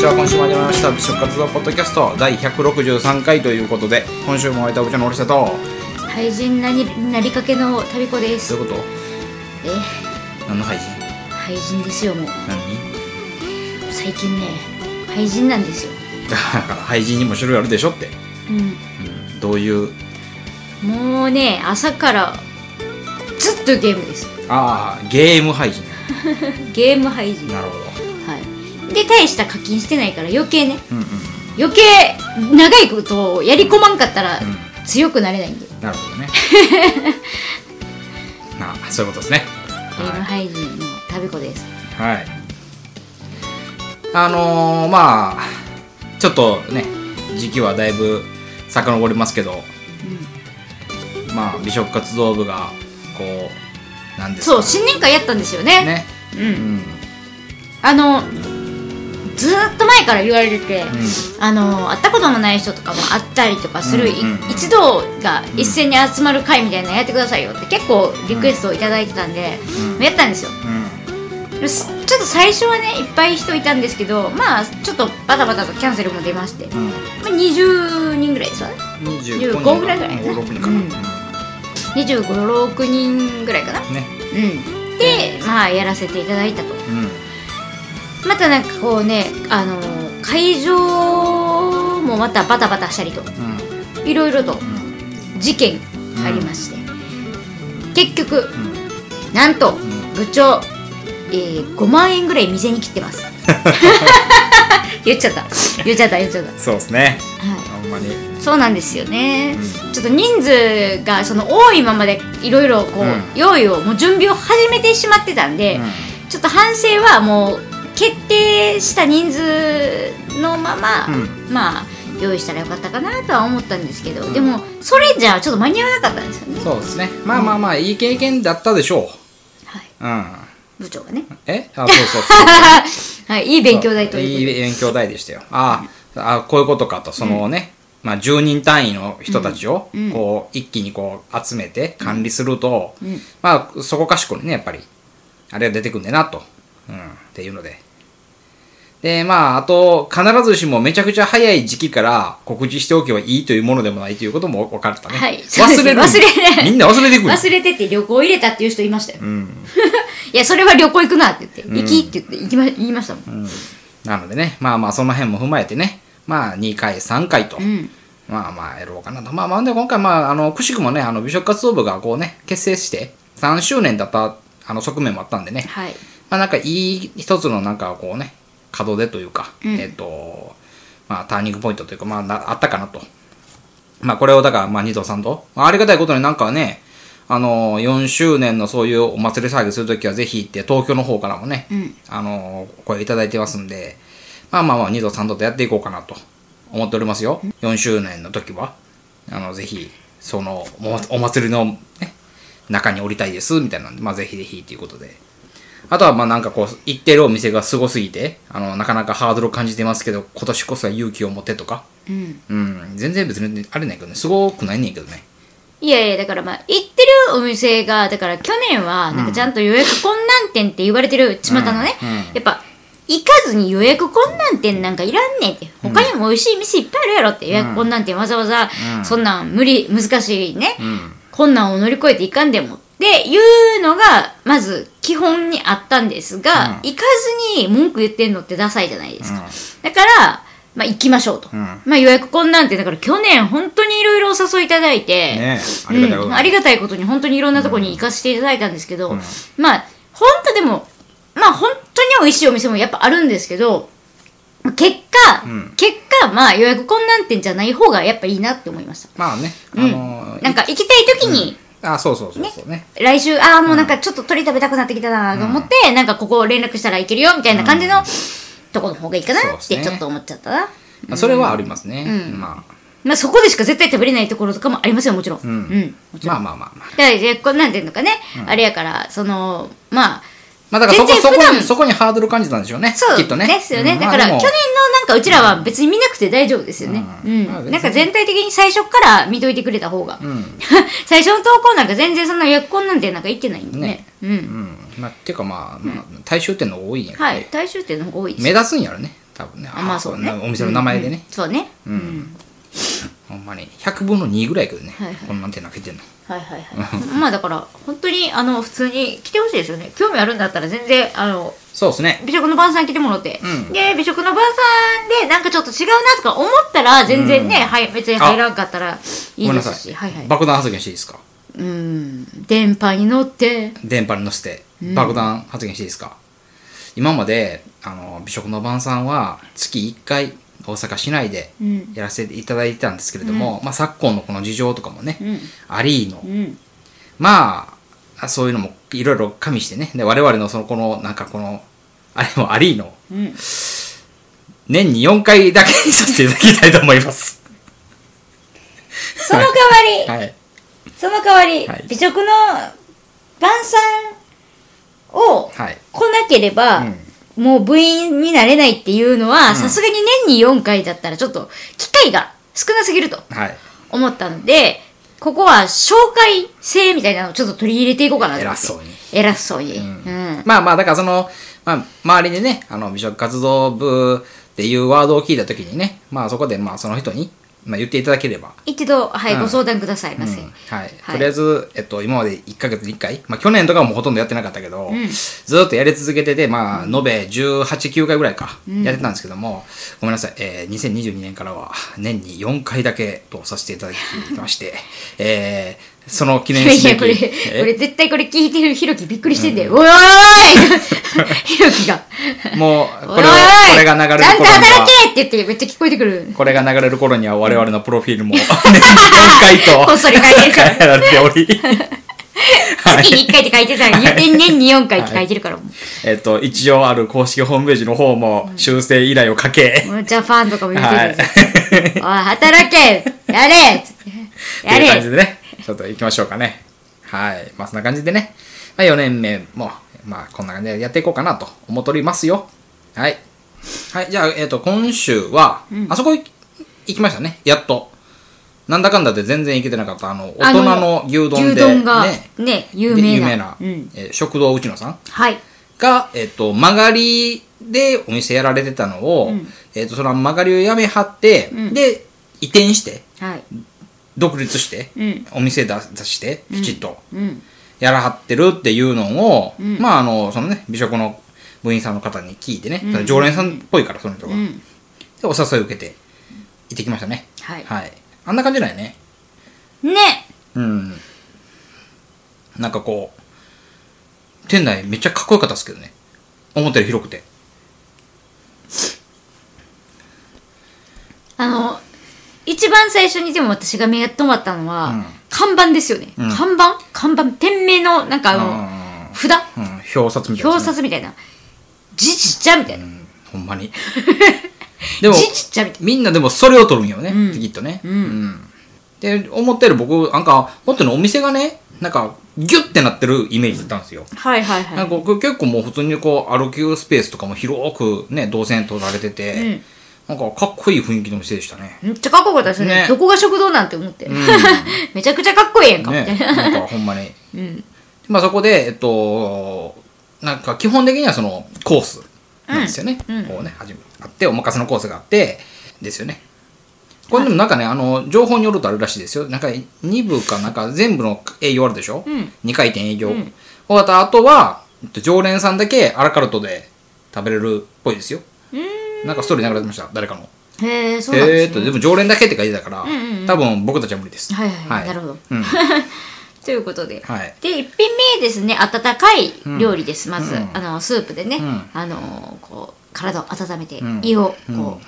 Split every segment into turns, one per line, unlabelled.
した美食活動ポッドキャスト第163回ということで今週もお相手はお茶の森下と
廃人なになりかけの旅子です
どういうこ
え
と何の 配信
廃人ですよもう
何
最近ね廃人なんですよ
だから配信にも種類あるでしょって、う
う
ん、どういうん
もうね朝からずっとゲームです
ああゲーム配信
ゲーム廃人は
なるほど
いで大した課金してないから余計ね
うんうん
余計長いことをやり込まんかったら
うん
強くなれないんで、
なるほどねなあそういうことですね
ゲーム
は
廃人の旅子です
い、はい、あのー、まあちょっとね時期はだいぶ遡りますけどまあ美食活動部がこうなんですか
そ
ね
う新年会やったんですよね
ね、
う
うんん、
あのずーっと前から言われてて、あの会ったことのない人とかも会ったりとかする、い
うんうんうん
一同が一斉に集まる会みたいなのやってくださいよって結構リクエストを頂いただいてたんで、
うん
やったんですよですちょっと最初はねいっぱい人いたんですけどまあちょっとバタバタとキャンセルも出まして、ま
うん、うん、
あ、20人ぐらいですわね
25
15ぐらいぐらいね
5、6人かな、
うん2 5 6人ぐらいかな
ね、
うんでまあやらせていただいたと
うん、
またなんかこうねあの会場もまたバタバタしたりと
うん、
いろいろと
うん、
事件ありまして、結局
うん、
なんと
ん
部長、えー、5万円ぐらい店に来てます言っちゃった言っちゃった言っちゃった、
そうですね、
は
あんまり、
い、そうなんですよね、
う
ちょっと人数がその多いままでいろいろこう、
うん
用意をもう準備を始めてしまってたんで、ちょっと反省はもう決定した人数のまま、
う
まあ用意したらよかったかなとは思ったんですけど、
ん
でもそれじゃあちょっと間に合わなかったんですよね
そうですね、まあまあまあいい経験だったでしょ
はい、
う、うん、
部長がね、
え、あ、そうそうそう。
はい、いい勉強代ということ
いい勉強代でしたよあーあこういうことかとそのね、まあ、10人単位の人たちを
うん
こう一気にこう集めて管理すると、
うん
まあ、そこかしこにねやっぱりあれが出てくんだなと、うん、っていうのででまああと必ずしもめちゃくちゃ早い時期から告知しておけばいいというものでもないということも分かったね、
はいそうです
忘れるんだ
忘れない
みんな忘れてくる
忘れてて旅行入れたっていう人いましたよ、
ん
いやそれは旅行行くなって言って「行き」って言って行きま言いましたもん、
なのでねまあまあその辺も踏まえてねまあ2回3回と、
うん
まあまあやろうかなと。まあまあで今回まああのくしくもねあの美食活動部がこうね結成して3周年だったあの側面もあったんでね、
はい
まあなんかいい一つのなんかこうね門出というか、
うん
えっ、とまあターニングポイントというかまあなあったかなと。まあこれをだからまあ二度三度、まあ、ありがたいことになんかねあの4周年のそういうお祭り騒ぎするときはぜひって東京の方からもね、
うん
あのお声いただいてますんでまあまあまあ2度3度とやっていこうかなと思っておりますよ4周年の時はあのぜひそのもお祭りの、ね、中に降りたいですみたいなんで、まあ、ぜひぜひっていうことであとはまあなんかこう行ってるお店がすごすぎてあのなかなかハードルを感じてますけど今年こそは勇気を持ってとか
うん
うん全然別にあれないけどねすごくないねんけどね
いやいやだからまあ行ってるお店がだから去年はなんかちゃんと予約困難点って言われてる巷のね、
うんうん
やっぱ行かずに予約困難点なんかいらんねんって他にも美味しい店いっぱいあるやろって予約困難点わざわざ
うん
そんなん無理難しいね、
うん
困難を乗り越えていかんでもっていうのがまず基本にあったんですが、
う
行かずに文句言ってんのってダサいじゃないですか、
うん
だから、まあ、行きましょうと、
うん
まあ、予約困難点だから去年本当にいろいろお誘いいただいて、
ねえありがたいことに
うんありがたいことに本当にいろんなところに行かせていただいたんですけど、
うん
まあ本当でもまあ本当に美味しいお店もやっぱあるんですけど結果、
うん
結果まあ予約困難点じゃない方がやっぱいいなって思いました、
まあねあ
うん
の
なんか行きたい時に、
あそうそうそうそうね
来週、ああ、もうなんかちょっと鳥食べたくなってきたなと思って、なんかここ連絡したらいけるよみたいな感じのとこの方がいいか
そう
な
っ
っ
す
て
ね
ちょっと思っちゃったな。
まあそれはありますね、
うん
まあ
まあそこでしか絶対食べれないところとかもありますよ、もちろん。うんん。もちろん。
まあまあまあまあ
だからいや、こんなんていうのかね、あれやから、その、まあ、
まあだからそこ
全
そ
然
こ
普段
にそこにハードル感じたんでしょうね
そう
きっとね
ですよね。
うん
だから、
まあでも
去年のなんかうちらは別に見なくて大丈夫ですよね。
う
うんん。
まあ別に
なんか全体的に最初から見といてくれた方が。
ん
最初の投稿なんか全然そんな予約困難点なんか言ってないんでね。
ね
うん。
うんまあっていうかまあ、まあ、大衆店の方が多いんやけどね
はい。大衆店の方が多いです。
目立つんやろね多分ね
あまあそうね
お店の名前でね、
そうねうん、
ほんまに100分の2ぐらいやけどね、
はいはい
こんなん手投げてんの
はいは いはいまあだから本当にあの普通に来てほしいですよね興味あるんだったら全然あの
そうですね
美食の晩さん来てもらって、
うん
で美食の晩さんでなんかちょっと違うなとか思ったら全然ね、はい、別に入らんかったらい
ご
い
めん
で
な
す
さい、
しはいはい
爆弾発言していいですか
うん電波に乗って
電波に乗せて爆弾発言していいですか、今まであの美食の晩さんは月1回大阪市内で
うん
やらせていただいてたんですけれども、まあ、昨今のこの事情とかもね、
うん
ありの、
うん
まあそういうのもいろいろ加味してねで我々のそのこのなんかこのあれもありの
うん
年に4回だけにさせていただきたいと思います。
その代わり、
はい、
その代わり、
はい
美食の晩さんを
はい
来なければ、もう部員になれないっていうのはさすがに年に4回だったらちょっと機会が少なすぎると
はい
思ったのでここは紹介制みたいなのをちょっと取り入れていこうかなと思
偉
って
そうに。
偉そうに、うん
まあまあ、だからその、まあ、周りでね、あの、美食活動部っていうワードを聞いたときにね、まあそこで、まあその人に、まあ言っていただければ、
一度、はい
うん
ご相談くださいませ、
うんはい、とりあえず、えっと、今まで1ヶ月に1回、まあ去年とかはもうほとんどやってなかったけど、ずーっとやり続けてて、まあ、延べ18、9回ぐらいか、やってたんですけども、ごめんなさい、えー、2022年からは年に4回だけとさせていただきまして、 えー、その記
い
念
やい
すべ
や
き
これ、
え
これ絶対これ聞いてるひろきびっくりしてんだよ。 おいおいおいひろきが。
もう、こ
おい
れ
おい
を
おい
これが流れる
ちゃんと
頃には
働けって言ってめっちゃ聞こえてくる。
これが流れる頃には我々のプロフィール も年に4回と
こっそり書いて るから
変えられており、はい
月に1回って書いてたら、入店年に4回って書いてるから、も
えっと、一応ある公式ホームページの方も修正依頼をかけ、
うジャパンとかも言って
は
る
い。
じゃんおい、働けやれっつって
っていう
や
感
れ
じでね、ちょっと行きましょうかね。はい。まあ、そんな感じでね、まあ、4年目も、まあ、こんな感じでやっていこうかなと思っておりますよ。はい。はい。じゃあ、えっ、と、今週は、あそこ行き行きましたね。やっと。なんだかんだで全然行けてなかった、あの、大人の牛丼
牛
で、
丼が
ね、
ね、有名な。
で有名な、
うん。
えー食堂内野さん
はい。
が、えっと曲がりでお店やられてたのを、えっとその曲がりをやめはって、で移転して
はい。
独立して、
うん
お店出出してきちっと
うん。
やらはってるっていうのを、まああのそのね美食の部員さんの方に聞いてね、その常連さんっぽいからその人が、
うん。
でお誘いを受けて行ってきましたね
はい
あんな感じだよね
ね
うんなんかこう店内めっちゃかっこよかったですけどね思ったより広くて
あの、一番最初にでも私が目が止まったのは、
うん
看板ですよね。看板看板。店名の、なんかあの、
うん
札
うん、表札みたいな、
表札みたいな。じちっちゃみたいな。
ほんま に。でも、
じちっちゃみたい
みんなでもそれを取るんよね、きっとね。うんで、思ったより僕、なんか、もっとね、お店がね、なんか、ギュッてなってるイメージだったんですよ。
な。はいはい
なんか僕結構もう普通にこう、歩きスペースとかも広くね、動線取られてて、なんかかっこいい雰囲気の店でしたね。
い。めっちゃかっこよかったですね。
ね
どこが食堂なんて思って。
ん
めちゃくちゃかっこいいやんか、みた
ね、
いな。
なんかほんまに。まあそこで、えっと、なんか基本的にはそのコースなんですよね。こうね、始めあって、お任せのコースがあって、ですよね。これでもなんかね、あの、情報によるとあるらしいですよ。なんか2部かなんか全部の営業あるでしょ、
ん
?2 回転営業。終わった後は、えっと常連さんだけアラカルトで食べれるっぽいですよ。なんかストーリー流れてました、誰かの。
へえ、そうなん
え
で
ーっ
す
と、
ね。
でも常連だけって書いてたから、
んうんうん
多分僕たちは無理です。
はいはいはいなるほど
うん
ということで。
はい
で、一品目ですね、温かい料理です、まず。
うん
あの、スープでね、
ん
あの、こう、体を温めて、
ん
胃を、こ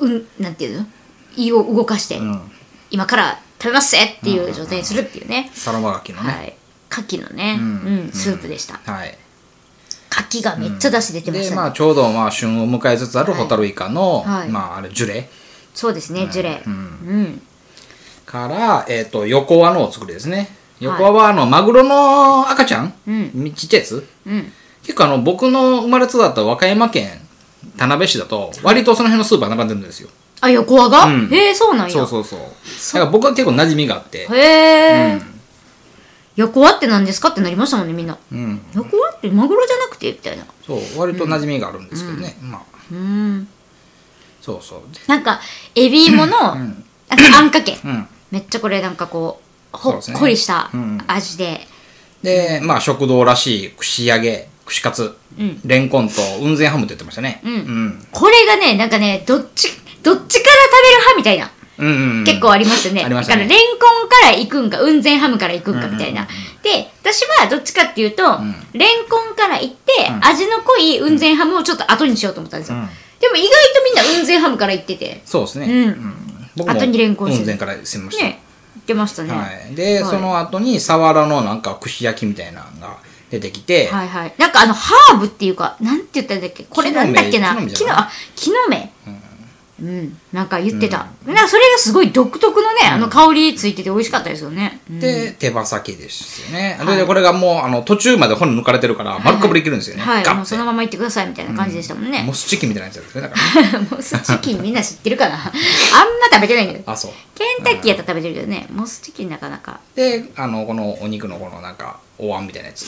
う、うん、なんていうの胃を動かして、
ん
今から食べますぜっていう状態にするっていうね。
サロマガキのね。
はい。牡蠣のね、うんん、スープでした。
はい。
牡蠣がめっちゃ出汁出てまし
で、
たね。
まあ、ちょうど、まあ、旬を迎えつつあるホタルイカの、
はい
まあ、あれ、ジュレ
そうですね、ジュレ。うん。
から、えっ、と、横輪のお作りですね。横輪は、あの、マグロの赤ちゃん、みちっちゃいやつ
うん。
結構、あの、僕の生まれ育った和歌山県田辺市だと、割とその辺のスーパー並んでるんですよ。
あ、横輪が
うん
へえ、そうなんや。
そうそうそう。だから僕は結構馴染みがあって、
へえ、横輪って何ですかってなりましたもんねみんな
うん、
横輪ってマグロじゃなくてみたいな
そう割と馴染みがあるんですけどね、まあ
うん
そうそう
なんかエビ芋の、
ん
なんかあんかけ、
うん
めっちゃこれなんかこう
そ
ほ
うで
っ
すね
こりした
うん
味で、
でまあ食堂らしい串揚げ串カツ、
うん
レンコンと雲仙ハムって言ってましたね、
うん
うん
これがねなんかねどっちどっちから食べる派みたいな
うんうんうん、
結構ありますよね。
ありま
だ
した
からレ
ね
ンコンから行くんか、雲仙ハムから行くんかみたいな。
うん
で、私はどっちかっていうと、
ん
レンコンから行って、
ん
味の濃い雲仙ハムをちょっと後にしようと思ったんですよ。
うん
でも意外とみんな雲仙ハムから行ってて、
そうですね、
うん
僕も
後にレンコンして
雲仙から攻めました、
ね、行ってましたね。
はい、で、
はい
その後にサワラのなんか串焼きみたいなのが出てきて、
はいはい。なんかあの、ハーブっていうか、なんて言ったんだっけこれなんだっけな
木の芽
木の、あ、木の芽うん。なんか言ってた。なんかそれがすごい独特のね、あの香りついてて美味しかったですよね。うん
で手羽先ですよね、
はい
でこれがもうあの途中まで骨抜かれてるから丸かぶりいけるんですよね、
はい。
ガ
も
ッ
う
て
そのまま行ってくださいみたいな感じでしたもんね。
モスチキンみたいなやつですねだか
モスチキンみんな知ってるか なあんま食べてないんだけど
らあそう
ケンタッキーやったら食べてるけどねモスチキンなかなか
であのこのお肉のこのなんかお椀みたいなやつ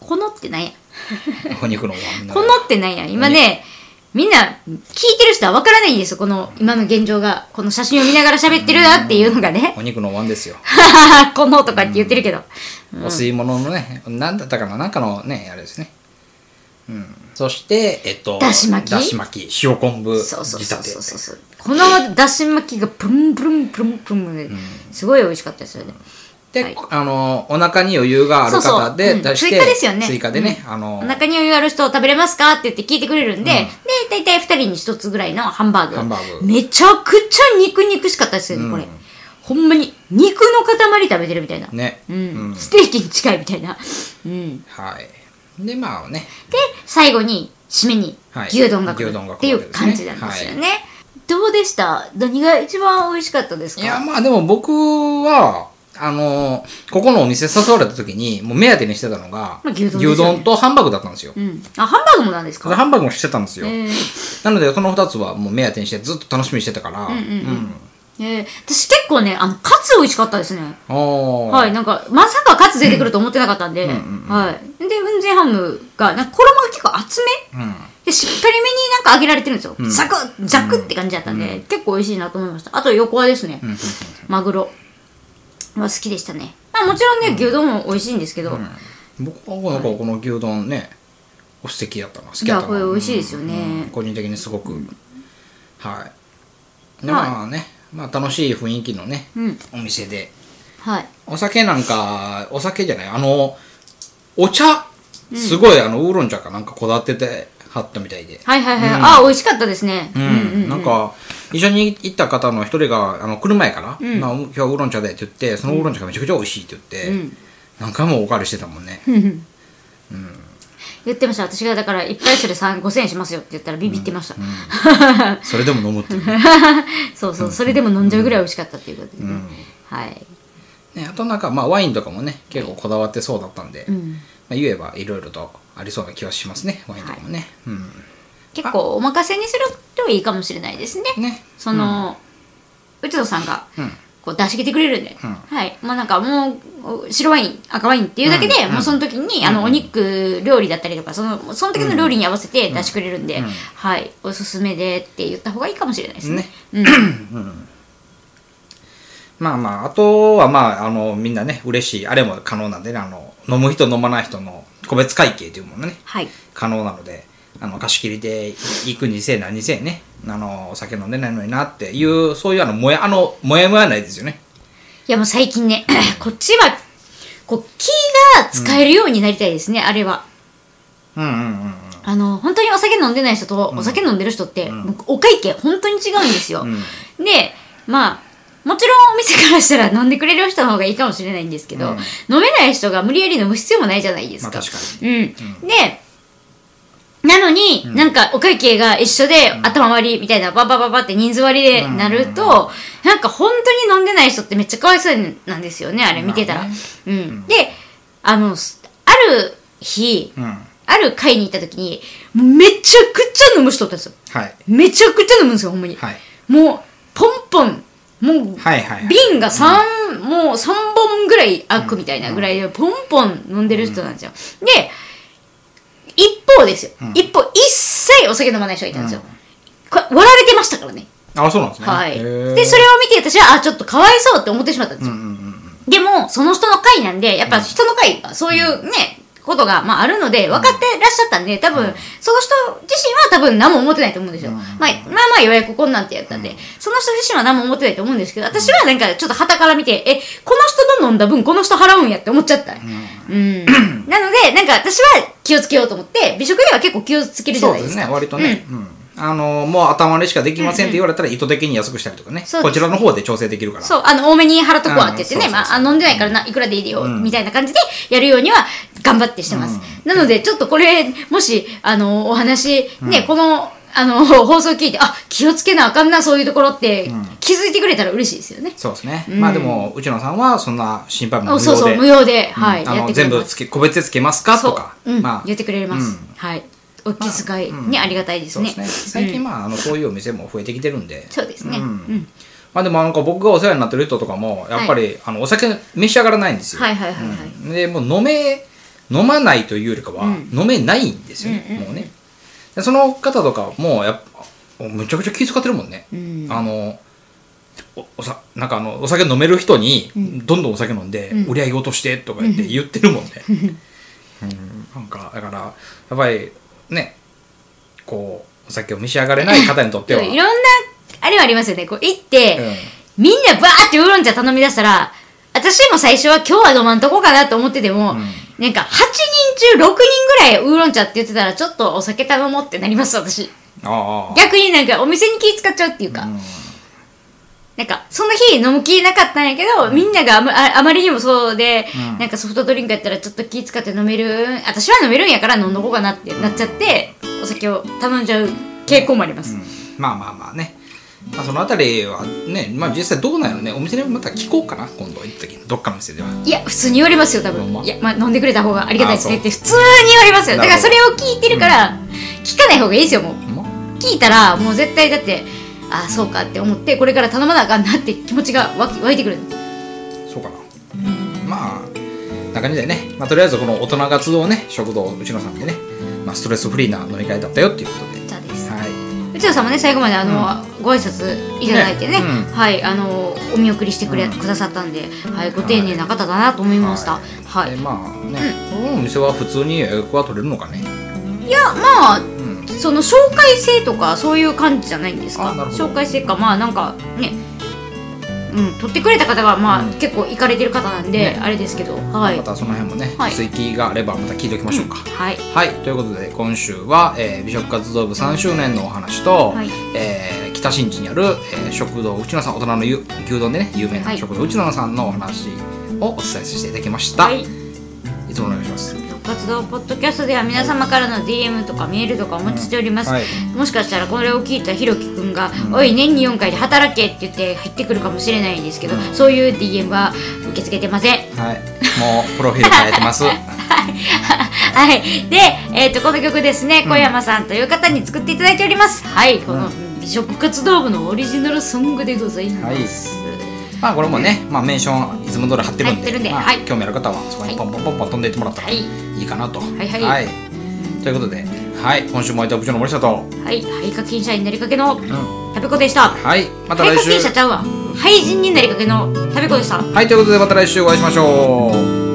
このってなんや
お肉のお椀みたい
こ
な
のってなんや今ねみんな聞いてる人は分からないんですよこの今の現状がこの写真を見ながら喋ってるなっていうのがね
お肉のお椀ですよ、
「 この」とかって言ってるけど
お吸い物のね何だったかななんかのねあれですねうんそしてえっと
だし巻き
だし巻き塩昆布仕
そうそうそうそう
立
そう
て
そうこのだし巻きがプンプルンプルンプルンですごい美味しかったですよね
で、
はい
あのお腹に余裕がある方で
そうそううん
出して
追加ですよね
追加でね、あの
お腹に余裕ある人食べれますかって言って聞いてくれるんで、で、大体2人に1つぐらいのハンバーグ。
ハンバーグ
めちゃくちゃ肉肉しかったですよね、これ。ほんまに、肉の塊食べてるみたいな。
ね、
うん。ステーキに近いみたいな。うん。で、
はいでまあね
最後に、締めに
はい、
牛丼が来る
牛丼が
っ
来
てい
るわ
う
けですね
感じなんですよね。どうでした何が一番美味しかったですか
いやまあでも僕はあのここのお店誘われた時にもう目当てにしてたのが、
まあ牛丼ですよね
牛丼とハンバーグだったんですよ、
うん。あ、ハンバーグもなんですか
ハンバーグもしてたんですよ、
えー
なのでこの2つはもう目当てにしてずっと楽しみにしてたからうん
えー私結構ね、あの、カツ美味しかったですね。
あー
はい、なんか、まさかカツ出てくると思ってなかったんで、はい。で、雲仙ハムが、なんか衣が結構厚め、
うん
で、しっかりめになんか揚げられてるんですよ。ザクッ、ザクッって感じだったんで、結構美味しいなと思いました。あと、横はですね、マグロは好きでしたね。まあ、もちろんね、牛丼も美味しいんですけど、
僕はなんかこの牛丼ね、素敵やったな好き
じ
やっ
ゃあ
た
こ
な
れ美味しいですよ
うん
ね。
個人的にすごく、はいで
はい
まあね、まあ、楽しい雰囲気のね、
うん
お店で
はい。
お酒なんかお酒じゃないあのお茶すごい、あのウーロン茶かなんかこだわっててはったみたいで、
はいはいはい。あ、美味しかったですね。う
うんなんか一緒に行った方の一人があの来る前から、まあ、今日はウーロン茶でって言ってそのウーロン茶がめちゃくちゃ美味しいって言って、
うん
何回もおかわりしてたもんね、
言ってました。私がだから、いっぱいそれ3 5000円しますよって言ったらビビってました。
それでも飲むっていうね
そうそう、それでも飲んじゃうぐらい美味しかったっていうことでね。はい。
ねあとなんかまあワインとかもね結構こだわってそうだったんで、まあ、言えばいろいろとありそうな気はしますねワインとかもね、
結構お任せにするといいかもしれないですね。
うんね
その、内野さんが、こう出してきてくれるんで、はい。もうなんかもう、白ワイン、赤ワインっていうだけで、もうその時に、あの、お肉料理だったりとか、その、その時の料理に合わせて出してくれるんで、はい。おすすめでって言った方がいいかもしれないですね。
ねまあまああとはまああのみんなね嬉しいあれも可能なんでねあの飲む人飲まない人の個別会計というものね
はい。
可能なのであの貸し切りで行く2000円な2000円ねあのお酒飲んでないのになっていうそういうあのもやあのもやもやないですよね
いやもう最近ね、 こっちは、こう、気が使えるようになりたいですね、あれは。
うんうんうんうん
あの、本当にお酒飲んでない人とお酒飲んでる人って、もうお会計本当に違うんですよ。で、まあ、もちろんお店からしたら飲んでくれる人の方がいいかもしれないんですけど、飲めない人が無理やり飲む必要もないじゃないですか。
まあ確か
うん。で、なのに、なんかお会計が一緒で、頭割りみたいな、ババババって人数割りでなると、なんか本当に飲んでない人ってめっちゃかわいそうなんですよね、あれ見てたら。
まあね
うん。で、あの、すある日、
うん
ある会に行った時に、もうめちゃくちゃ飲む人おったんですよ。
はい
めちゃくちゃ飲むんですよ、ほんまに。
はい
もう、ポンポン、もう、
はいはいはい
瓶が3、もう3本本ぐらい開くみたいなぐらいで、ポンポン飲んでる人なんですよ。で、一方ですよ。一方、一切お酒飲まない人がいたんですよ。これ割られてましたからね。
あそうなんですね
はい。
へー
で、それを見て私は、あ、ちょっとかわいそうって思ってしまったんですよ。
うんうん
でも、その人の会なんで、やっぱ人の会が、そういうね、ことが、まあ、あるので、分かってらっしゃったんで、多分、その人自身は多分何も思ってないと思うんですよ。まあ、まあまあ、ようやくこんなんてやったんで、その人自身は何も思ってないと思うんですけど、私はなんか、ちょっと旗から見て、え、この人の飲んだ分、この人払うんやって思っちゃった。 うん。なので、なんか、私は気をつけようと思って、美食では結構気をつけるじゃ
そう
ない
で
ですす
ね
か。
割とね、うんあのもう頭でしかできませんって言われたら意図的に安くしたりとかね、
そうで
こ
す
ちらの方で調整できるから
そう、あの、多めに払っとこうわって言ってね、
うん
ま
そうそう
あ、
そう
あ飲んでないからな、いくらでいいよ、みたいな感じでやるようには頑張ってしてます。なので、ちょっとこれ、もし、あの、お話、ね、この、あの、 放送聞いて、あ、気をつけなあかんな、そういうところって、気づいてくれたら嬉しいですよね。
そうですね、まあでも内野さんはそんな心配も無
おそう
料
そう、
で
無料で、はい、
うんあ
や
の
ってくれ
全
ま
部
す。
つけ個別でつけますかとか、
うん、
まあ
言ってくれま
う
す。
ん
はい。お気遣い、
まあ
ね
うん
ありがたいです
そうで
ね
す。ね最近まああのそういうお店も増えてきてるんで
そうですね。
う
うんん。
まあでもなんか僕がお世話になってる人とかもやっぱり、あのお酒召し上がらないんですよ、
はいはいはいはい。
でもう飲め飲まないというよりかは、飲めないんですよね、もうねでその方とかもうやっぱむちゃくちゃ気遣ってるもんね、
ん
あのおおさなんかあのお酒飲める人にどんどんお酒飲んで、売り上げ落としてとか言って言ってるも んね、うんなんかだからやっぱりねこうお酒を召し上がれ ない方にとって
で
は、
もいろんな、あれはありますよね。こう、行って、
うん
みんなバーってウーロン茶頼み出したら、私も最初は今日は飲まんとこかなと思ってても、なんか8人中6人ぐらいウーロン茶って言ってたら、ちょっとお酒頼もうってなります、私。
ああ
逆になんかお店に気使っちゃうっていうか。なんか、その日飲む気なかったんやけど、みんながあまああまりにもそうで、なんかソフトドリンクやったらちょっと気使って飲める、私は飲めるんやから飲んどこうかなってなっちゃって、お酒を頼んじゃう傾向もあります。
まあまあまあね、まあ、そのあたりはね、まあ、実際どうなんやろうねお店でまた聞こうかな今度行った時にどっかの店では。
いや、普通に言われますよ、多分。
ほんま
いや、まあ、飲んでくれた方がありがたいですね
あ
って普通に言われますよ。だ
なる
から
ほ
そ
ど
れを聞いてるから、聞かない方がいいですよ、もう。
ほんま
聞いたら、もう絶対だって、ああ、そうかって思って、これから頼まなあかんなって気持ちが湧き湧いてくるんです。
そうかなまあな感じでね、まあ、とりあえずこの大人が集うね食堂うちのさんでね、まあ、ストレスフリーな飲み会だったよっていうことで
そうです
は
内田さんもね、最後まであの、ご挨拶いただいてね、
ねうん、
はい、あの、お見送りしてくれ、くださったんで、はい、ご丁寧な方だなと思いました。はいい。
でまあね、このお店は普通に予約は取れるのかね
いや、まあ、その紹介制とかそういう感じじゃないんですか
あなるほど
紹介制かまあなんかねうん取ってくれた方がまあ、結構行かれてる方なんで、
ね
あれですけどはい
またその辺もね、
はい
追記があればまた聞いておきましょうか、
はい
はい、ということで今週は、えー美食活動部3周年のお話と、
はい
えー北新地にある、えー食堂うちのさん大人のゆ牛丼でね有名
は
ない食堂、うちのさんのお話をお伝えさせていただきました、
はい
い、つもお願いします
活動ポッドキャストでは皆様からの DM とかメールとかお待ちしております、
はい
もしかしたらこれを聞いたひろきくんが「おい年に4回で働け」って言って入ってくるかもしれないんですけど、そういう DM は受け付けてません
はい、もうプロフィール変えて ます
はい。で、えっ、と、この曲ですね、小山さんという方に作っていただいております。はい。この美食活動部のオリジナルソングでございます。
まあこれもね、まあ、メンションいつも通り貼ってるん
貼っ
で
てるんで
まあ
はい
興味ある方はそこにポンポンポンポン飛んでいってもらったら
はい
いいかなとはい
はい
ということで、はい、今週も相手は部長の森下と
はい。肺課金者になりかけの
ん
食べ子でした。
はいまた
肺
来
課
週
金者ちゃうわ。廃人になりかけの食べ子でした。
はいということでまた来週お会いしましょう